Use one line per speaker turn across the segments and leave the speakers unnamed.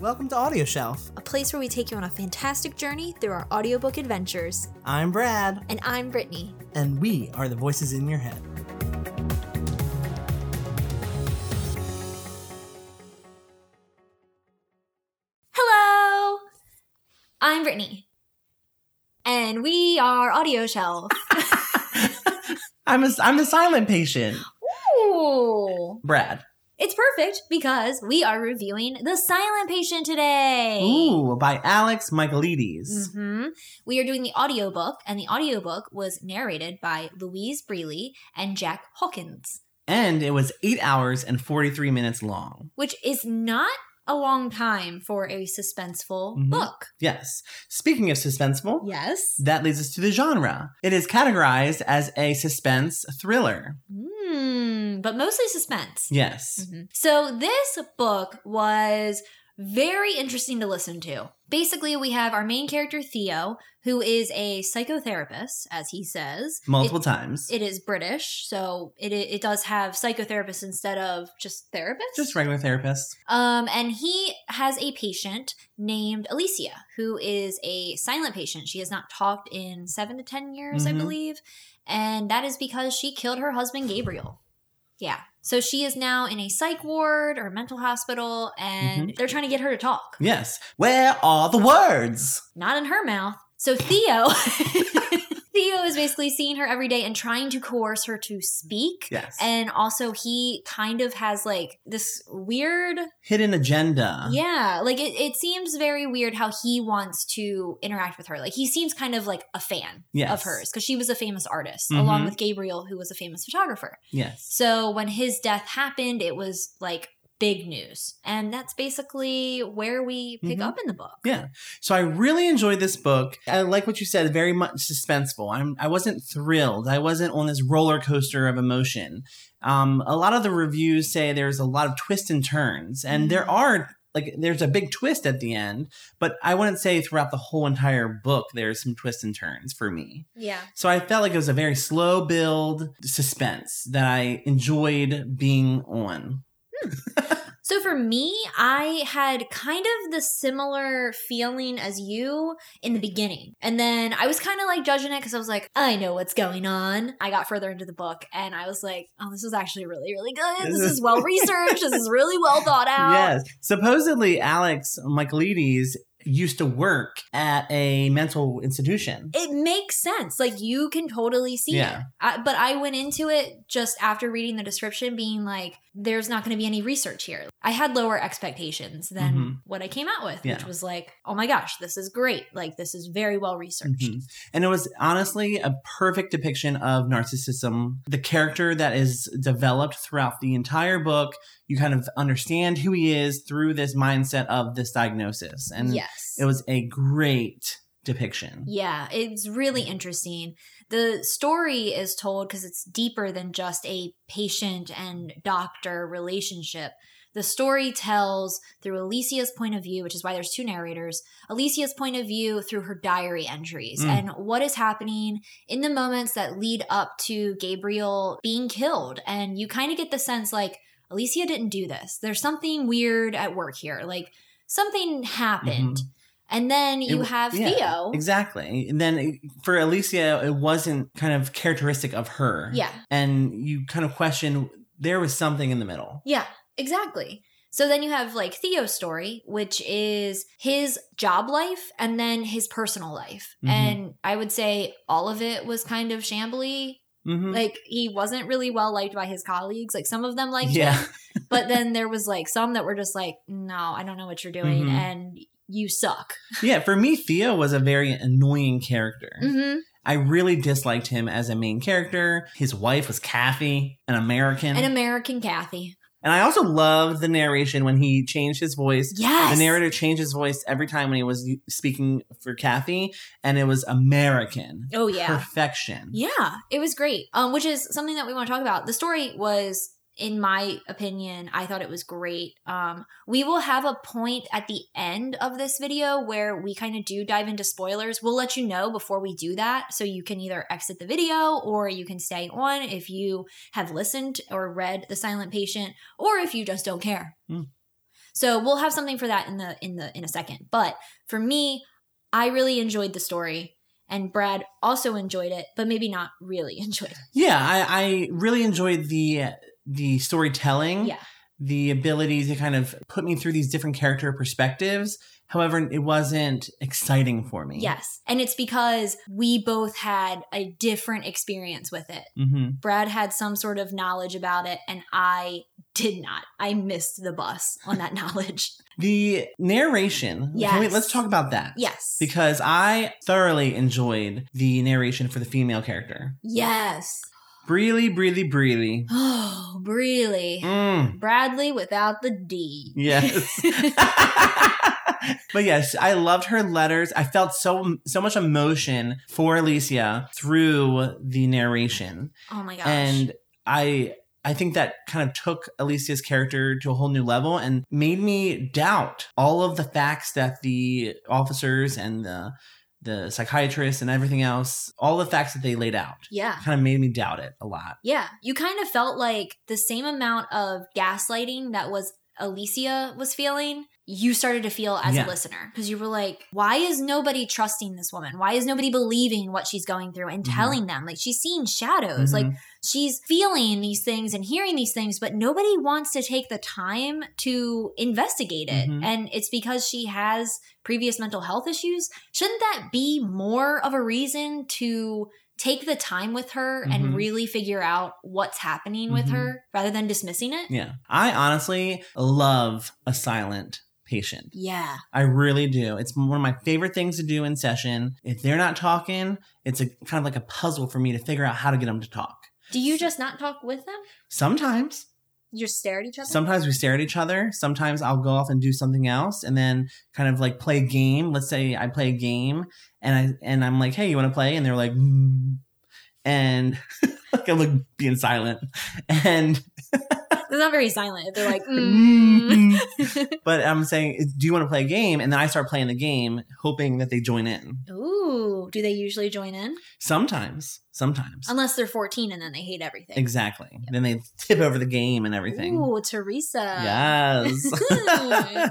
Welcome to Audio Shelf.
a place where we take you on a fantastic journey through our audiobook adventures.
I'm Brad,
And I'm Brittany.
and we are the voices in your head.
Hello! I'm Brittany. And we are Audio Shelf.
I'm a, I'm a silent patient,
Ooh!
Brad.
It's perfect because we are reviewing The Silent Patient today.
Ooh, by Alex Michaelides.
hmm We are doing the audiobook, and the audiobook was narrated by Louise Breeley and Jack Hawkins,
And it was eight hours and 43 minutes long.
which is not a long time for a suspenseful
Mhm.
book.
Yes. Speaking of suspenseful,
Mm-hmm. Yes.
that leads us to the genre. It is categorized as a suspense thriller.
Mm, but mostly suspense.
Yes.
Mhm. So this book was very interesting to listen to. Basically, we have our main character Theo, who is a psychotherapist, as he says.
Multiple
It-
times.
It is British, so it it does have psychotherapist instead of just therapist.
Just regular therapists.
Um, and he has a patient named Alicia, who is a silent patient. She has not talked in seven to ten years, I
Mhm.
believe, and that is because she killed her husband Gabriel. Yeah, so she is now in a psych ward or mental hospital, and they're trying to get her to talk.
Yes. Where are the words?
Not in her mouth. So Theo. Theo is basically seeing her every day and trying to coerce her to speak.
Yes.
And also, he kind of has like this weird
Hidden agenda.
yeah, like it, it seems very weird how he wants to interact with her. Like he seems kind of like a fan
Yes.
of hers because she was a famous artist
Mhm.
along with Gabriel, who was a famous photographer.
Yes.
So when his death happened, it was like big news. And that's basically where we pick
Mhm.
up in the book.
Yeah. So I really enjoyed this book. I like what you said, very much suspenseful. I'm I wasn't thrilled. I wasn't on this roller coaster of emotion. Um, a lot of the reviews say there's a lot of twists and turns, and there are like there's a big twist at the end, but I wouldn't say throughout the whole entire book there's some twists and turns for me.
Yeah.
So I felt like it was a very slow build suspense that I enjoyed being on.
So for me, I had kind of the similar feeling as you in the beginning. And then I was kind of like judging it because I was like, I know what's going on. I got further into the book and I was like, oh, this is actually really, really good. This is well researched. this is really well thought out.
Yes. Supposedly, Alex Michaelides used to work at a mental institution.
It makes sense. Like you can totally see
Yeah.
it. I, but I went into it just after reading the description, being like, there's not going to be any research here. I had lower expectations than
Mhm.
what I came out with, which
Yeah.
was like, oh my gosh, this is great. Like, this is very well researched.
Mhm. And it was honestly a perfect depiction of narcissism. The character that is developed throughout the entire book, you kind of understand who he is through this mindset of this diagnosis. And
yes.
it was a great depiction.
yeah, it's really interesting. The story is told because it's deeper than just a patient and doctor relationship. The story tells through Alicia's point of view, which is why there's two narrators, Alicia's point of view through her diary entries
Mm.
and what is happening in the moments that lead up to Gabriel being killed. And you kind of get the sense like, Alicia didn't do this. There's something weird at work here. Like, something happened. And then you
Mm-hmm. w-
have
yeah,
Theo.
Exactly. And then it- for Alicia, it wasn't kind of characteristic of her.
Yeah.
And you kind of question there was something in the middle.
Yeah, exactly. So then you have like Theo's story, which is his job life and then his personal life.
Mhm.
And I would say all of it was kind of shambly.
Mm-hmm.
Like he wasn't really well liked by his colleagues. Like some of them liked
Yeah.
him, but then there was like some that were just like, no, I don't know what you're doing
Mhm.
and you suck.
yeah, for me, Theo was a very annoying character.
Mm-hmm.
I really disliked him as a main character. His wife was Kathy, an American.
An American Kathy.
and I also loved the narration when he changed his voice.
Yes.
The narrator changed his voice every time when he was speaking for Kathy, and it was American.
Oh, yeah.
Perfection.
Yeah, it was great. Um, which is something that we want to talk about. The story was, in my opinion, I thought it was great. Um, we will have a point at the end of this video where we kind of do dive into spoilers. We'll let you know before we do that, so you can either exit the video or you can stay on if you have listened or read The Silent Patient, or if you just don't care.
Hmm.
So we'll have something for that in the in the in a second. But for me, I really enjoyed the story and Brad also enjoyed it, but maybe not really enjoyed it.
Yeah, I, I really enjoyed the the storytelling.
Yeah.
The ability to kind of put me through these different character perspectives. However, it wasn't exciting for me.
Yes. And it's because we both had a different experience with it.
hmm
Brad had some sort of knowledge about it, and I did not. I missed the bus on that knowledge.
The narration.
Yes.
Can we- let's talk about that.
Yes.
Because I thoroughly enjoyed the narration for the female character.
yes.
Breely, breely, breely.
Oh, really?
Mm.
Bradley without the D.
Yes. but yes, I loved her letters. I felt so so much emotion for Alicia through the narration.
oh my gosh.
And I I think that kind of took Alicia's character to a whole new level and made me doubt all of the facts that the officers and the the psychiatrist and everything else, all the facts that they laid out
yeah.
kind of made me doubt it a lot.
Yeah. You kind of felt like the same amount of gaslighting that was Alicia was feeling, you started to feel as
Yeah.
a listener because you were like, why is nobody trusting this woman? Why is nobody believing what she's going through and
Mhm.
telling them? Like she's seeing shadows. Like
Mhm.
she's feeling these things and hearing these things, but nobody wants to take the time to investigate it.
Mhm.
And it's because she has previous mental health issues. Shouldn't that be more of a reason to take the time with her
Mhm.
and really figure out what's happening with
Mhm.
her rather than dismissing it?
yeah. I honestly love a silent patient.
Yeah.
I really do. It's one of my favorite things to do in session. If they're not talking, it's a kind of like a puzzle for me to figure out how to get them to talk.
Do you just not talk with them?
Sometimes,
You just stare at each other?
sometimes we stare at each other. Sometimes I'll go off and do something else and then kind of like play a game. Let's say I play a game and I and I'm like, "Hey, you want to play?" and they're like, mm. and like I'm like being silent. And
They're not very silent. They're like, mm.
mm. but I'm saying, "Do you want to play a game?" and then I start playing the game hoping that they join in.
"Mm." Ooh, do they usually join in?
Sometimes, sometimes.
Unless they're 14 and then they hate everything.
Exactly. Then they tip over the game and everything.
Ooh, Teresa.
Yes.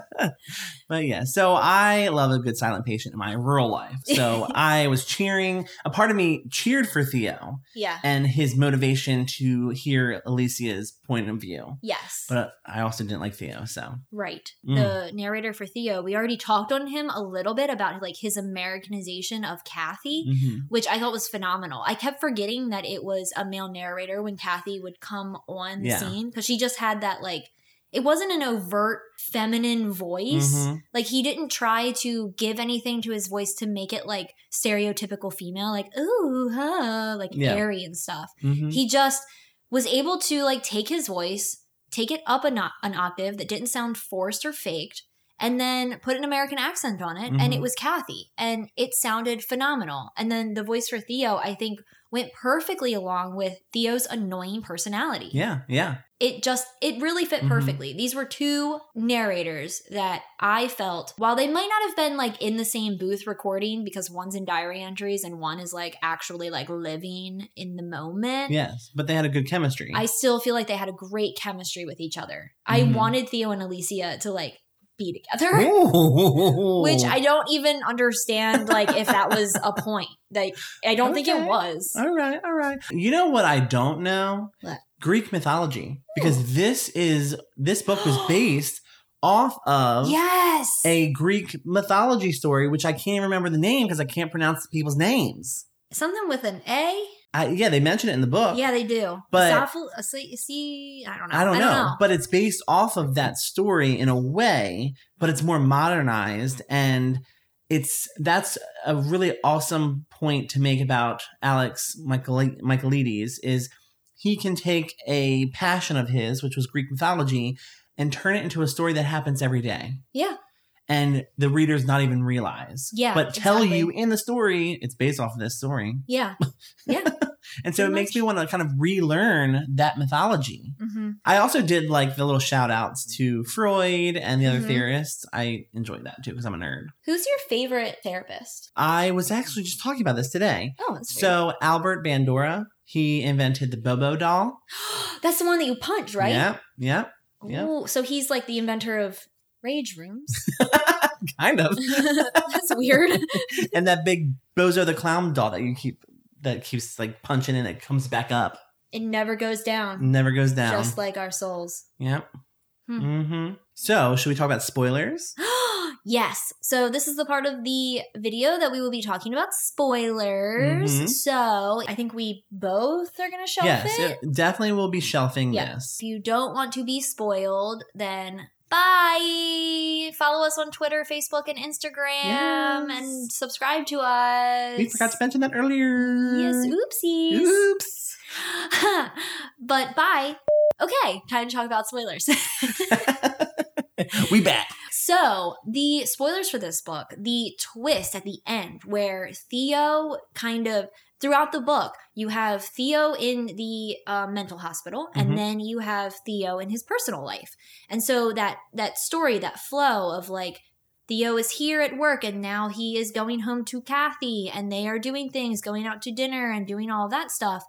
but yeah, so I love a good silent patient in my rural life. So I was cheering. A part of me cheered for Theo
Yeah.
and his motivation to hear Alicia's point of view.
Yes.
But I also didn't like Theo, so.
right.
Mm.
The narrator for Theo, we already talked on him a little bit about like his Americanization of Kathy.
Mhm.
Which I thought was phenomenal. I kept forgetting that it was a male narrator when Kathy would come on the
Yeah.
scene because she just had that like it wasn't an overt feminine voice.
Mhm.
Like he didn't try to give anything to his voice to make it like stereotypical female, like ooh, huh, like
Yeah.
airy and stuff.
Mhm.
He just was able to like take his voice, take it up a no- an octave that didn't sound forced or faked, and then put an American accent on it. And it
Mhm.
was Kathy, and it sounded phenomenal. And then the voice for Theo, I think, went perfectly along with Theo's annoying personality.
Yeah, yeah.
It just, it really fit
Mhm.
perfectly. These were two narrators that I felt, while they might not have been like in the same booth recording because one's in diary entries and one is like actually like living in the moment.
Yes. But they had a good chemistry.
I still feel like they had a great chemistry with each other.
Mhm.
I wanted Theo and Alicia to like be together,
Ooh.
which I don't even understand like if that was a point. Like I don't think
Okay.
it was.
All right, all right. You know what I don't know?
What?
Greek mythology. Because this is this book was based off of
Yes.
a Greek mythology story, which I can't remember the name because I can't pronounce the people's names.
Something with an A?
I, yeah, they mention it in the book.
Yeah, they do.
But-
Sophil- a C- C- I don't know.
I don't, know, But it's based off of that story in a way, but it's more modernized and it's that's a really awesome point to make about Alex Michael- Michaelides is he can take a passion of his, which was Greek mythology, and turn it into a story that happens every day.
Yeah.
And the readers not even realize.
Yeah,
But tell
exactly.
you in the story, it's based off of this story.
yeah.
And so it
Pretty
makes
much.
me want to kind of relearn that mythology.
hmm
I also did like the little shout outs to Freud and the other
Mhm.
theorists. I enjoyed that too because I'm a nerd.
Who's your favorite therapist?
I was actually just talking about this today.
Oh, that's weird.
So, Albert Bandura, he invented the Bobo doll.
that's the one that you punch, right?
Yep. Yep. yeah.
Ooh, so he's like the inventor of rage rooms.
kind of.
That's weird.
and that big bozo the clown doll that you keep that keeps like punching and it comes back up,
It never goes down,
never goes down.
Mm-hmm. just like our souls.
yep.
Hmm.
Mm-hmm. So, should we talk about spoilers?
yes. So this is the part of the video that we will be talking about spoilers.
Mhm.
So I think we both are gonna shelf
yes,
it.
it- definitely we'll be shelving
Yeah.
this.
If you don't want to be spoiled, then bye. Follow us on Twitter, Facebook, and Instagram,
Yes.
and subscribe to us.
We forgot to mention that earlier.
Yes, oopsies.
Oops.
but bye. Okay, time to talk about spoilers.
we back.
So, the spoilers for this book, the twist at the end where Theo kind of throughout the book, you have Theo in the uh, mental hospital and
Mhm.
then you have Theo in his personal life. And so that that story, that flow of like Theo is here at work and now he is going home to Kathy and they are doing things, going out to dinner and doing all that stuff.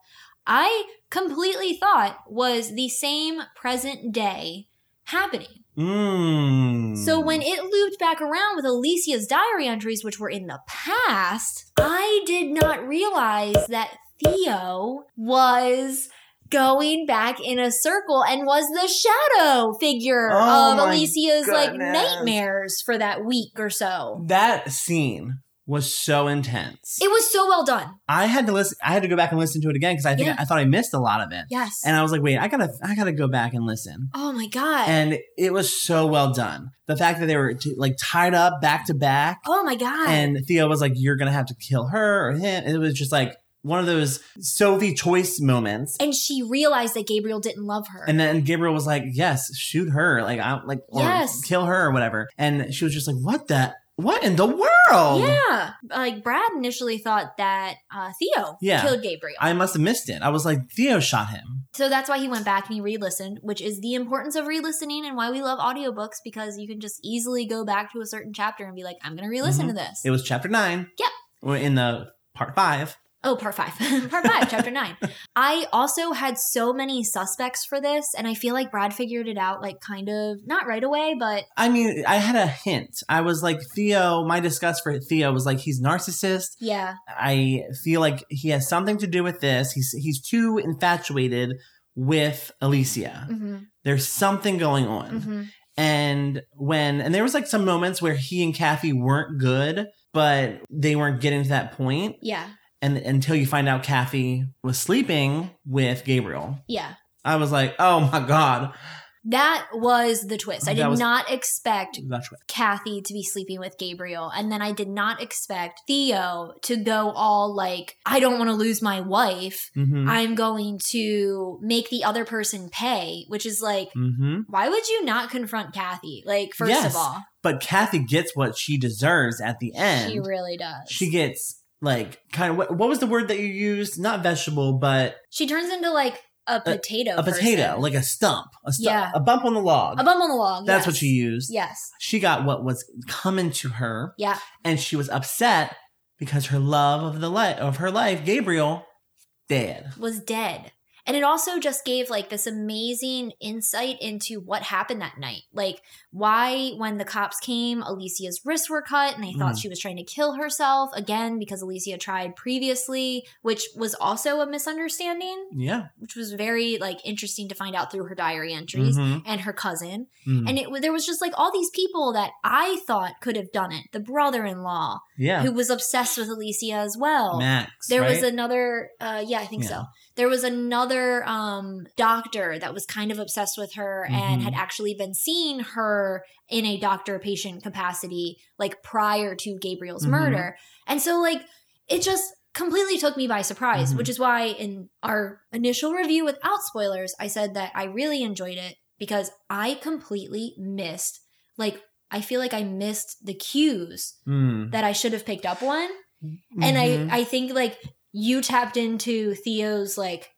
I completely thought was the same present day happening.
Mm.
So when it looped back around with Alicia's diary entries, which were in the past, I did not realize that Theo was going back in a circle and was the shadow figure
Oh
of
my
Alicia's like
goodness.
nightmares for that week or so.
that scene was so intense.
It was so well done.
I had to listen. I had to go back and listen to it again because I think
Yeah.
I thought I missed a lot of it,
Yes.
and I was like, "Wait, I gotta, I gotta go back and listen."
oh my god.
And it was so well done. The fact that they were t- like tied up back to back,
oh my god.
and Theo was like, "You're gonna have to kill her or him." It was just like one of those Sophie choice moments.
And she realized that Gabriel didn't love her.
And then Gabriel was like, "Yes, shoot her, like I like or
Yes.
kill her or whatever." And she was just like, "What the? What in the world?"
yeah. Like Brad initially thought that uh, Theo
Yeah.
killed Gabriel.
I must have missed it. I was like, "Theo shot him."
So that's why he went back and he re listened, which is the importance of re listening and why we love audiobooks because you can just easily go back to a certain chapter and be like, I'm going to re listen to this.
It was chapter nine.
Yep.
We're in the part five.
oh, part five. part five, chapter nine. I also had so many suspects for this, and I feel like Brad figured it out, like, kind of not right away, but
I mean, I had a hint. I was like, Theo, my disgust for Theo was like, he's narcissist.
yeah.
I feel like he has something to do with this. He's he's too infatuated with Alicia.
hmm
There's something going on.
hmm
And when and there was like some moments where he and Kathy weren't good, but they weren't getting to that point.
Yeah.
And until you find out Kathy was sleeping with Gabriel.
Yeah.
I was like, oh my God.
That was the twist. I
That
did
was-
not expect
That's right.
Kathy to be sleeping with Gabriel. And then I did not expect Theo to go all like, I don't want to lose my wife.
Mm-hmm.
I'm going to make the other person pay, which is like,
mm-hmm.
why would you not confront Kathy? Like, first
Yes.
of all,
but Kathy gets what she deserves at the end.
she
She,
really does.
gets like kind of what, what was the word that you used? Not vegetable, but
She turns into like a potato.
a potato,
person.
like a stump, a stump,
Yeah.
a bump on the log.
a bum on the log.
That's what
yes.
she used.
Yes.
She got what was coming to her,
Yeah.
and she was upset because her love of the light of her life, Gabriel, dead.
was dead. And it also just gave like this amazing insight into what happened that night. Like why when the cops came, Alicia's wrists were cut and they thought
Mm.
she was trying to kill herself again because Alicia tried previously, which was also a misunderstanding,
Yeah,
which was very like interesting to find out through her diary entries
Mhm.
and her cousin.
Mm.
And it w- there was just like all these people that I thought could have done it. The brother-in-law
yeah.
who was obsessed with Alicia as well.
Max.
There was
right?
another, uh, yeah, I think so.
Yeah.
There was another um, doctor that was kind of obsessed with her and
Mhm.
had actually been seeing her in a doctor patient capacity, like prior to Gabriel's
Mhm.
murder. And so, like, it just completely took me by surprise,
Mhm.
which is why in our initial review without spoilers, I said that I really enjoyed it because I completely missed, like, I feel like I missed the cues
Mm.
that I should have picked up on and
Mhm.
I I think like you tapped into Theo's like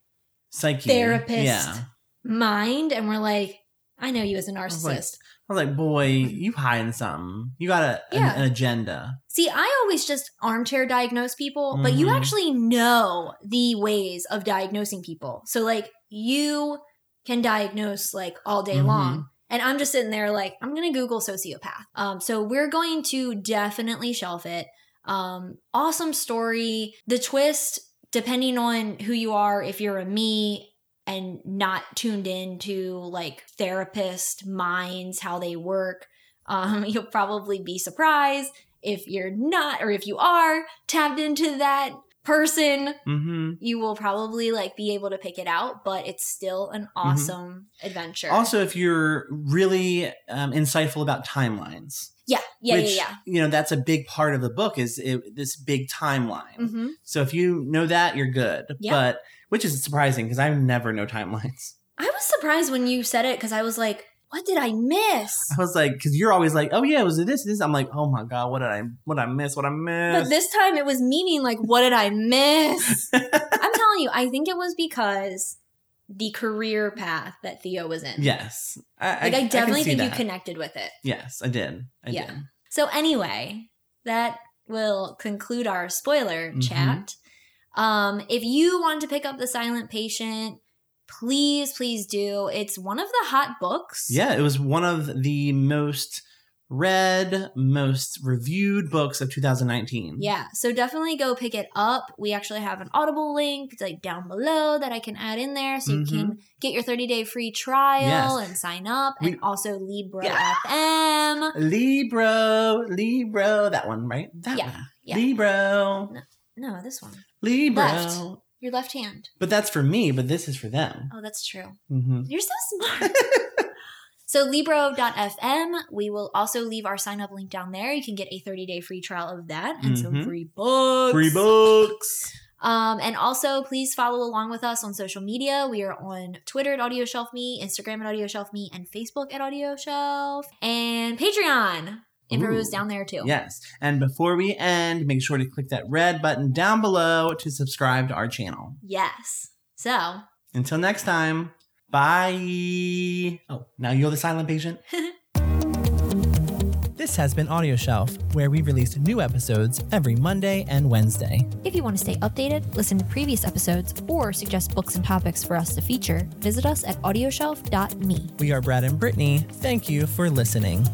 Psyche.
therapist
Yeah.
mind, and we're like, I know you as a
was like-
narcissist.
I was like, boy, you hiding something. You got a, an-
Yeah.
an, agenda.
See, I always just armchair diagnose people, but you
Mhm.
actually know the ways of diagnosing people. So like you can diagnose like all day
Mhm.
long. And I'm just sitting there like, I'm going to Google sociopath. Um, so we're going to definitely shelf it. Um, awesome story. The twist, depending on who you are, if you're a me and not tuned into like therapist minds, how they work, um, you'll probably be surprised. If you're not, or if you are tapped into that person,
Mm-hmm.
you will probably like be able to pick it out, but it's still an
Mm-hmm.
awesome adventure.
Also, if you're really um, insightful about timelines,
yeah, yeah,
which,
yeah,
you know, that's a big part of the book is it, this big timeline.
yeah. hmm
So if you know that, you're good.
Yeah.
But which is surprising because I never know timelines.
I was surprised when you said it because I was like, what did I miss?
I was like, because you're always like, oh yeah, it was this, this. I'm like, oh my god, what did I, what I miss, what I
But
miss.
this time it was me being like, what did I miss? I'm telling you, I think it was because the career path that Theo was in.
yes, I,
Like, I,
can
definitely
see
think you
that.
connected with it.
Yes, I did. I
Yeah.
did.
So anyway, that will conclude our spoiler
Mhm.
chat. Um, if you want to pick up the Silent Patient, please, please do. It's one of the hot books.
Yeah, it was one of the most read, most reviewed books of 2019.
Yeah. So definitely go pick it up. We actually have an Audible link like down below that I can add in there, so
Mhm.
you can get your 30 day free trial
Yes.
and sign up,
We-
and also Libro
Yeah.
FM.
Libro, Libro, that one, right? That
Yeah,
one.
yeah.
Libro,
No, this one.
Libro.
Left. Your left hand.
But that's for me, but this is for them.
Oh, that's true.
hmm
You're so smart. so Libro.fm, we will also leave our sign up link down there. You can get a 30 day free trial of that and some
Mhm.
free books.
Free books.
Um, and also please follow along with us on social media. We are on Twitter at Audio Shelf Me, Instagram at Audio Shelf Me, and Facebook at Audio Shelf, and Patreon. Info
Ooh.
is down there too.
Yes. And before we end, make sure to click that red button down below to subscribe to our channel.
Yes. So
Until next time, bye. Oh, now you're the silent patient. this has been Audio Shelf, where we release new episodes every Monday and Wednesday.
If you want to stay updated, listen to previous episodes, or suggest books and topics for us to feature, visit us at audioshelf.me.
We are Brad and Brittany. Thank you for listening.